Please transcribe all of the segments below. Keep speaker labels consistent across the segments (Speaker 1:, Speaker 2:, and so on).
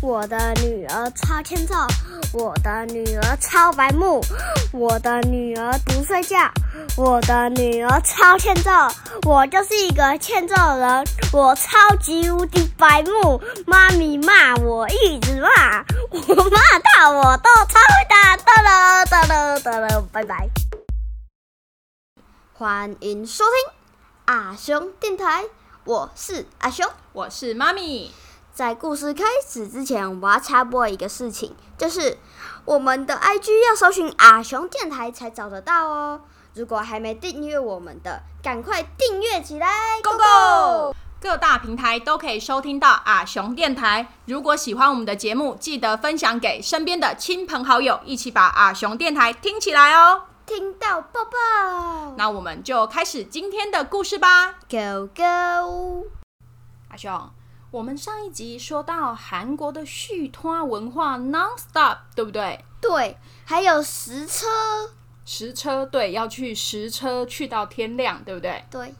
Speaker 1: 我的女儿超欠揍，我的女儿超白目，我的女儿不睡觉，我的女儿超欠揍，我就是一个欠揍人，我超级无敌白目，妈咪骂我一直骂，我骂到我都超会打，哒了哒了哒了，拜拜。
Speaker 2: 欢迎收听阿雄电台，我是阿雄。
Speaker 3: 我是妈咪，
Speaker 2: 在故事开始之前，我要插播一个事情，就是我们的 IG 要搜寻阿雄电台才找得到哦。如果还没订阅我们的，赶快订阅起来
Speaker 3: ，Go Go！各大平台都可以收听到阿雄电台。如果喜欢我们的节目，记得分享给身边的亲朋好友，一起把阿雄电台听起来哦。
Speaker 2: 听到抱抱
Speaker 3: 那我们就开始今天的故事吧，
Speaker 2: ，Go Go！
Speaker 3: 阿雄。我们上一集说到韩国的续托文化 non stop，对不对？
Speaker 2: 对，还有实车，
Speaker 3: 实车对，要去实车去到天亮，对不对？
Speaker 2: 对，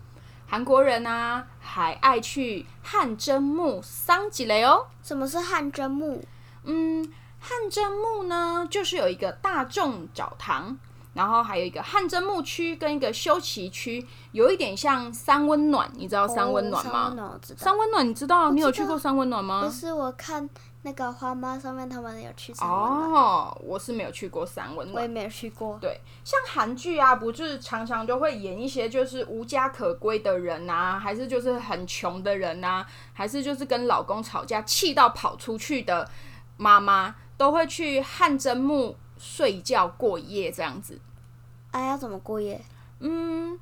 Speaker 3: 韩国人啊，还爱去汗蒸木桑吉雷哦。
Speaker 2: 什么是汗蒸木？
Speaker 3: 嗯，汗蒸木呢，就是有一个大众澡堂，然后还有一个汗蒸木区跟一个休息区，有一点像三温暖，你知道三温暖
Speaker 2: 哦三
Speaker 3: 吗？
Speaker 2: 温暖我知道
Speaker 3: 三。温暖你知道？你有
Speaker 2: 知
Speaker 3: 去
Speaker 2: 道
Speaker 3: 过三温暖
Speaker 2: 不
Speaker 3: 吗？
Speaker 2: 是，我看那个花妈上面他们有去三温暖，
Speaker 3: 哦，我是没有去过三温
Speaker 2: 我也
Speaker 3: 暖。
Speaker 2: 没有去过。
Speaker 3: 对，像韩剧啊，不是常常就会演一些就是无家可归的人啊，还是就是很穷的人啊，还是就是跟老公吵架气到跑出去的妈妈，都会去汗蒸木睡觉过夜这样子。
Speaker 2: 哎、要怎么过夜？
Speaker 3: 嗯，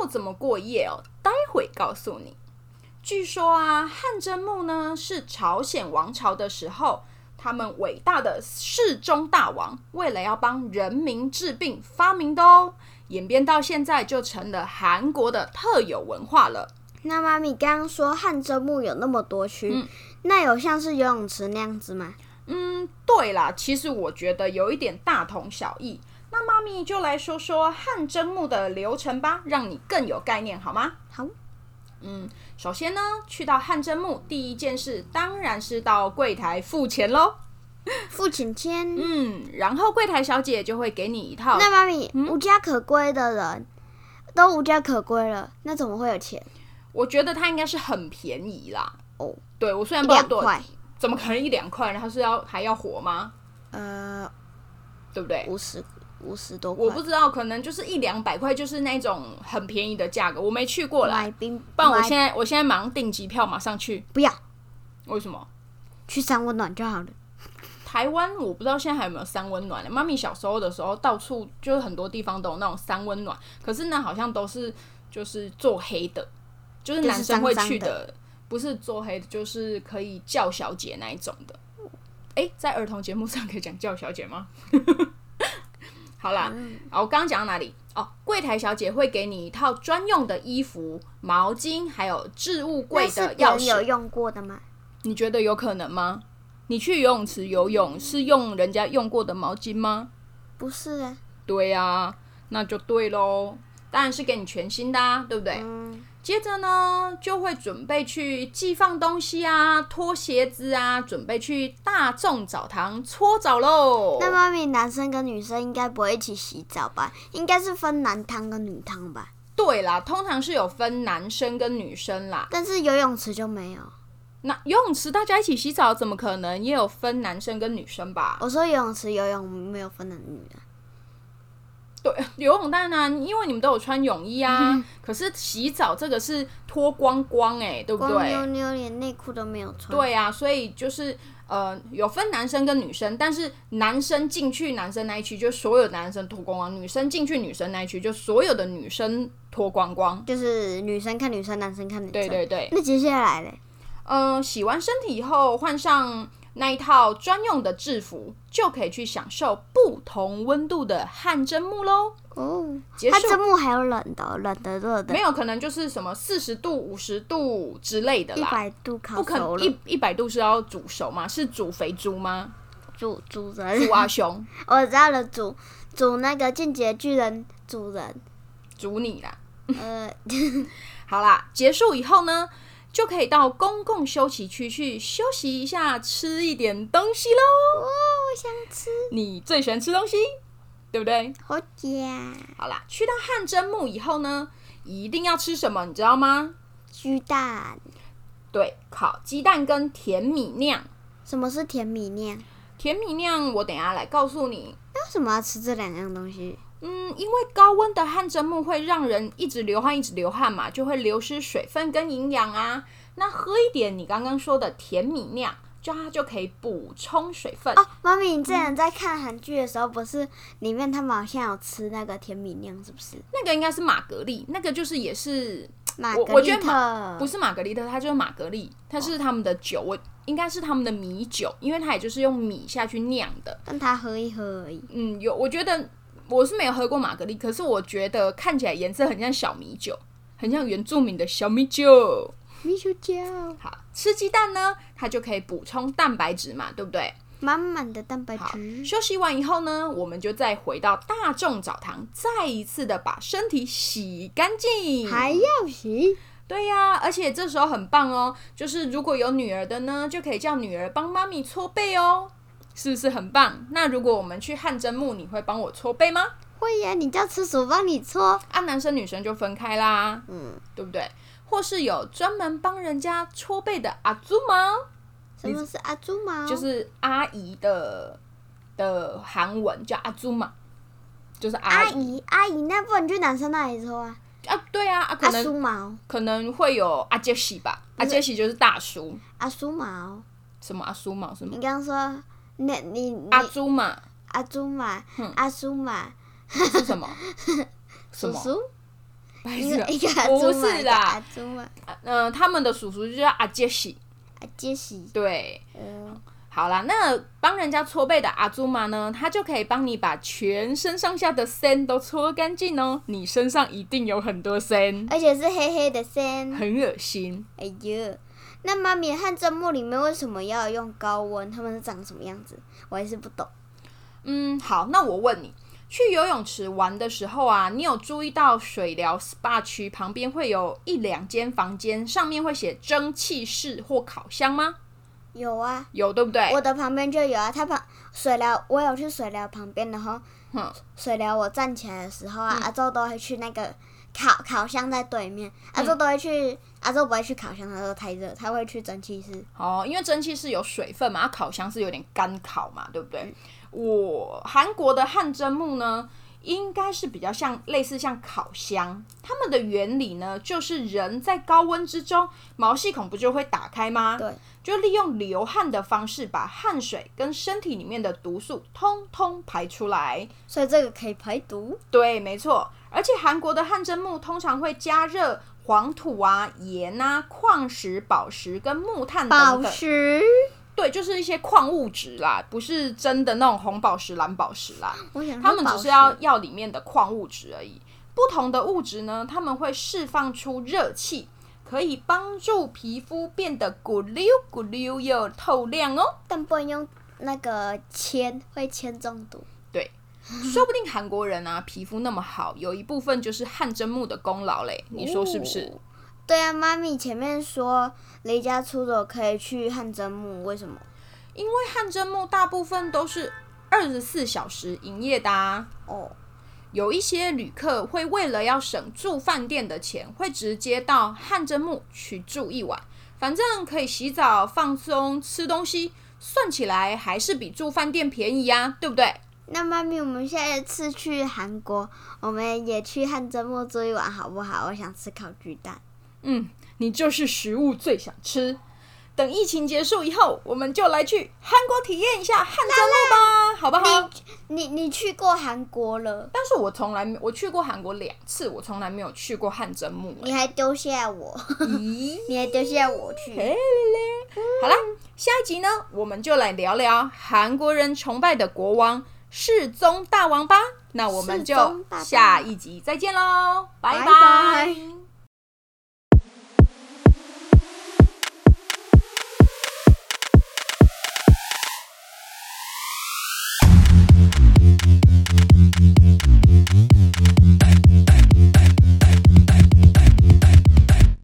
Speaker 3: 要怎么过夜哦？待会告诉你。据说啊，汗蒸木呢是朝鲜王朝的时候，他们伟大的世宗大王为了要帮人民治病发明的哦，演变到现在就成了韩国的特有文化了。
Speaker 2: 那妈咪刚刚说汗蒸木有那么多区，那有像是游泳池那样子吗？
Speaker 3: 嗯，对啦，其实我觉得有一点大同小异。那妈咪就来说说汗蒸木的流程吧，让你更有概念好吗？
Speaker 2: 好，
Speaker 3: 嗯，首先呢，去到汗蒸木，第一件事当然是到柜台付钱喽。
Speaker 2: 付请签。
Speaker 3: 嗯，然后柜台小姐就会给你一套
Speaker 2: 那妈咪、
Speaker 3: 嗯
Speaker 2: 无家可归的人都无家可归了，那怎么会有钱？
Speaker 3: 我觉得它应该是很便宜啦。
Speaker 2: 哦，
Speaker 3: 对我虽
Speaker 2: 一
Speaker 3: 然不知道
Speaker 2: 两
Speaker 3: 多少
Speaker 2: 块
Speaker 3: 钱，，怎么可能一两块？然后是要还要活吗？
Speaker 2: 呃，
Speaker 3: 对不对？
Speaker 2: 五十五十多块。
Speaker 3: 我不知道，可能就是一两百块，就是那种很便宜的价格，我没去过啦
Speaker 2: 买。冰，
Speaker 3: 不然我
Speaker 2: 买
Speaker 3: 现在我现在马上订机票，马上去。
Speaker 2: 不要
Speaker 3: 为什么？
Speaker 2: 去三温暖就好了。
Speaker 3: 台湾我不知道现在还有没有三温暖欸呢。妈咪小时候的时候，到处就是很多地方都有那种三温暖，可是呢，好像都是就是做黑的，就是男生会去
Speaker 2: 就是脏
Speaker 3: 不是做黑的，就是可以叫小姐那一种的。哎、在儿童节目上可以讲叫小姐吗？ 好啦，
Speaker 2: 嗯
Speaker 3: 啊，我刚刚讲到哪里？哦，柜台小姐会给你一套专用的衣服、毛巾，还有置物柜
Speaker 2: 那是
Speaker 3: 的
Speaker 2: 别
Speaker 3: 钥
Speaker 2: 人有
Speaker 3: 匙。
Speaker 2: 用过的吗？
Speaker 3: 你觉得有可能吗？你去游泳池游泳是用人家用过的毛巾吗？
Speaker 2: 不是、啊，
Speaker 3: 对呀、那就对喽，当然是给你全新的、啊，对不对？
Speaker 2: 嗯，
Speaker 3: 接着呢，就会准备去寄放东西啊，脱鞋子啊，准备去大众澡堂搓澡喽。
Speaker 2: 那妈咪男生跟女生应该不会一起洗澡吧？应该是分男汤跟女汤吧？
Speaker 3: 对啦，通常是有分男生跟女生啦。
Speaker 2: 但是游泳池就没有。
Speaker 3: 那游泳池大家一起洗澡，怎么可能也有分男生跟女生吧？
Speaker 2: 我说游泳池游泳没有分男女啊的，
Speaker 3: 对，游泳当然、啊，因为你们都有穿泳衣啊。可是洗澡这个是脱光光哎、对不
Speaker 2: 光妞
Speaker 3: 对？
Speaker 2: 妞连内裤都没有穿。，
Speaker 3: 对啊，所以就是呃，有分男生跟女生，但是男生进去男生那一区就所有男生脱光光，女生进去女生那一区就所有的女生脱光光。
Speaker 2: 就是女生看女生，男生看男生。
Speaker 3: 对对对，
Speaker 2: 那接下来嘞？
Speaker 3: 呃，洗完身体以后换上那一套专用的制服，就可以去享受不同温度的汗蒸木喽。
Speaker 2: 哦，
Speaker 3: 结
Speaker 2: 它
Speaker 3: 束。
Speaker 2: 真木还有冷的哦，冷的、热的
Speaker 3: 没，有，可能就是什么四十度、五十度之类的
Speaker 2: 一
Speaker 3: 啦。
Speaker 2: 百度烤
Speaker 3: 不可
Speaker 2: 熟
Speaker 3: 能
Speaker 2: 了
Speaker 3: 一，一百度是要煮熟吗？是煮肥猪吗？
Speaker 2: 主主
Speaker 3: 猪啊
Speaker 2: 人，
Speaker 3: 阿雄，
Speaker 2: 我知道了，主主那个进阶巨人主人，
Speaker 3: 煮你啦！
Speaker 2: 呃，
Speaker 3: 好啦，结束以后呢，就可以到公共休息区去休息一下，吃一点东西喽。
Speaker 2: 哦，我想吃
Speaker 3: 你最喜欢吃东西，对不对？
Speaker 2: 好呀，
Speaker 3: 好啦，去到汗蒸木以后呢，一定要吃什么，你知道吗？
Speaker 2: 鸡蛋。
Speaker 3: 对，烤鸡蛋跟甜米酿。
Speaker 2: 什么是甜米酿？
Speaker 3: 甜米酿我等一下来告诉你。
Speaker 2: 那为什么要吃这两样东西？
Speaker 3: 嗯，因为高温的汗蒸木会让人一直流汗，一直流汗嘛，就会流失水分跟营养啊。那喝一点你刚刚说的甜米酿，就它就可以补充水分。
Speaker 2: 哦，妈咪，你之前在看韩剧的时候，不是里面他们好像有吃那个甜米酿，是不是？
Speaker 3: 那个应该是玛格丽，那个就是也是
Speaker 2: 玛
Speaker 3: 我
Speaker 2: 格
Speaker 3: 我觉
Speaker 2: 丽
Speaker 3: 得
Speaker 2: 特
Speaker 3: 不是玛格丽特，它就是玛格丽，它是他们的酒，我应该是他们的米酒，因为它也就是用米下去酿的。
Speaker 2: 让他喝一喝而已。
Speaker 3: 嗯，有，我觉得我是没有喝过玛格丽，可是我觉得看起来颜色很像小米酒，很像原住民的小米酒。
Speaker 2: 米酒酱，
Speaker 3: 好，吃鸡蛋呢，它就可以补充蛋白质嘛，对不对？
Speaker 2: 满满的蛋白
Speaker 3: 好
Speaker 2: 质，。
Speaker 3: 休息完以后呢，我们就再回到大众澡堂，再一次的把身体洗干净。
Speaker 2: 还要洗，
Speaker 3: 对呀、而且这时候很棒哦，就是如果有女儿的呢，就可以叫女儿帮妈咪搓背哦，是不是很棒？那如果我们去汗蒸木，你会帮我搓背吗？
Speaker 2: 会呀、你叫吃鼠帮你搓，
Speaker 3: 啊，男生女生就分开啦，
Speaker 2: 嗯，
Speaker 3: 对不对？或是有专门帮人家搓背的阿祖吗？
Speaker 2: 什么是阿猪毛？
Speaker 3: 就是阿姨的的韩文叫阿祖嘛，就是阿
Speaker 2: 阿
Speaker 3: 姨
Speaker 2: 姨，阿姨，那不能去男生那里搓啊？
Speaker 3: 啊，对啊，啊可
Speaker 2: 阿
Speaker 3: 能、
Speaker 2: 叔毛，
Speaker 3: 可能会有阿杰西吧，阿杰西就是大叔，
Speaker 2: 阿叔毛，
Speaker 3: 什么阿叔嘛，什么
Speaker 2: 你刚刚说，那你你
Speaker 3: 阿祖嘛。
Speaker 2: 阿猪嘛，阿叔嘛，
Speaker 3: 是什么？ 什
Speaker 2: 叔
Speaker 3: 么？
Speaker 2: 叔，
Speaker 3: 白
Speaker 2: 一
Speaker 3: 痴
Speaker 2: 个
Speaker 3: 啊
Speaker 2: 一个 阿
Speaker 3: 不
Speaker 2: 哎猪嘛，
Speaker 3: 是
Speaker 2: 一个阿
Speaker 3: 啦，
Speaker 2: 猪嘛，啊
Speaker 3: 呃，他们的叔叔就叫阿杰西。
Speaker 2: 阿杰西，
Speaker 3: 对，哦
Speaker 2: 嗯，
Speaker 3: 好啦，那帮人家搓背的阿祖玛呢，他就可以帮你把全身上下的森都搓干净哦。你身上一定有很多森，
Speaker 2: 而且是黑黑的身，
Speaker 3: 很恶心。
Speaker 2: 哎呦。那妈咪和蒸木里面为什么要用高温？他们是长什么样子？我还是不懂。
Speaker 3: 嗯，好，那我问你。去游泳池玩的时候啊，你有注意到水疗 SPA 区旁边会有一两间房间，上面会写蒸汽室或烤箱吗？
Speaker 2: 有啊，
Speaker 3: 有对不对？
Speaker 2: 我的旁边就有啊。它旁水疗，我有去水疗旁边，然后
Speaker 3: 哼嗯
Speaker 2: 水疗我站起来的时候啊，阿周都会去那个烤烤箱在对面，
Speaker 3: 嗯
Speaker 2: 阿周都会去，阿周不会去烤箱，他说太热，他会去蒸汽室。
Speaker 3: 哦，因为蒸汽是有水分嘛，啊烤箱是有点干烤嘛，对不
Speaker 2: 嗯
Speaker 3: 对？我韩国的汗蒸木呢，应该是比较像类似像烤箱，它们的原理呢，就是人在高温之中，毛细孔不就会打开吗？
Speaker 2: 对，
Speaker 3: 就利用流汗的方式，把汗水跟身体里面的毒素通通排出来。
Speaker 2: 所以这个可以排毒。
Speaker 3: 对，没错。而且韩国的汗蒸木通常会加热黄土啊、盐啊、矿石、宝石跟木炭嗯等
Speaker 2: 宝
Speaker 3: 等。
Speaker 2: 石，
Speaker 3: 对，就是一些矿物质啦，不是真的那种红宝石、蓝宝石啦，
Speaker 2: 我想说
Speaker 3: 他们只是
Speaker 2: 嗯宝
Speaker 3: 要
Speaker 2: 石
Speaker 3: 要里面的矿物质而已。不同的物质呢，他们会释放出热气，可以帮助皮肤变得咕溜咕溜又透亮哦。
Speaker 2: 但不能用那个铅，会铅中毒。
Speaker 3: 对，说不定韩国人啊，皮肤那么好，有一部分就是汗蒸木的功劳嘞，你说是不是？
Speaker 2: 哦对啊，妈咪前面说离家出走可以去汗蒸木，为什么？
Speaker 3: 因为汗蒸木大部分都是二十四小时营业的啊。
Speaker 2: 哦，
Speaker 3: 有一些旅客会为了要省住饭店的钱，会直接到汗蒸木去住一晚，反正可以洗澡、放松、吃东西，算起来还是比住饭店便宜呀、对不对？
Speaker 2: 那妈咪，我们下一次去韩国，我们也去汗蒸木住一晚好不好？我想吃烤鸡蛋。
Speaker 3: 嗯，你就是食物最想吃。等疫情结束以后，我们就来去韩国体验一下汗蒸木吧，好不好？
Speaker 2: 你你去过韩国了，
Speaker 3: 但是我从来没我去过韩国两次，我从来没有去过汗蒸木、
Speaker 2: 你还丢下我，
Speaker 3: 咦？
Speaker 2: 你还丢下我 去。
Speaker 3: 嘿嘞！好啦，下一集呢，我们就来聊聊韩国人崇拜的国王世宗大王吧。那我们
Speaker 2: 世
Speaker 3: 就
Speaker 2: 宗大王
Speaker 3: 下一集再见喽，拜
Speaker 2: 拜拜
Speaker 3: 拜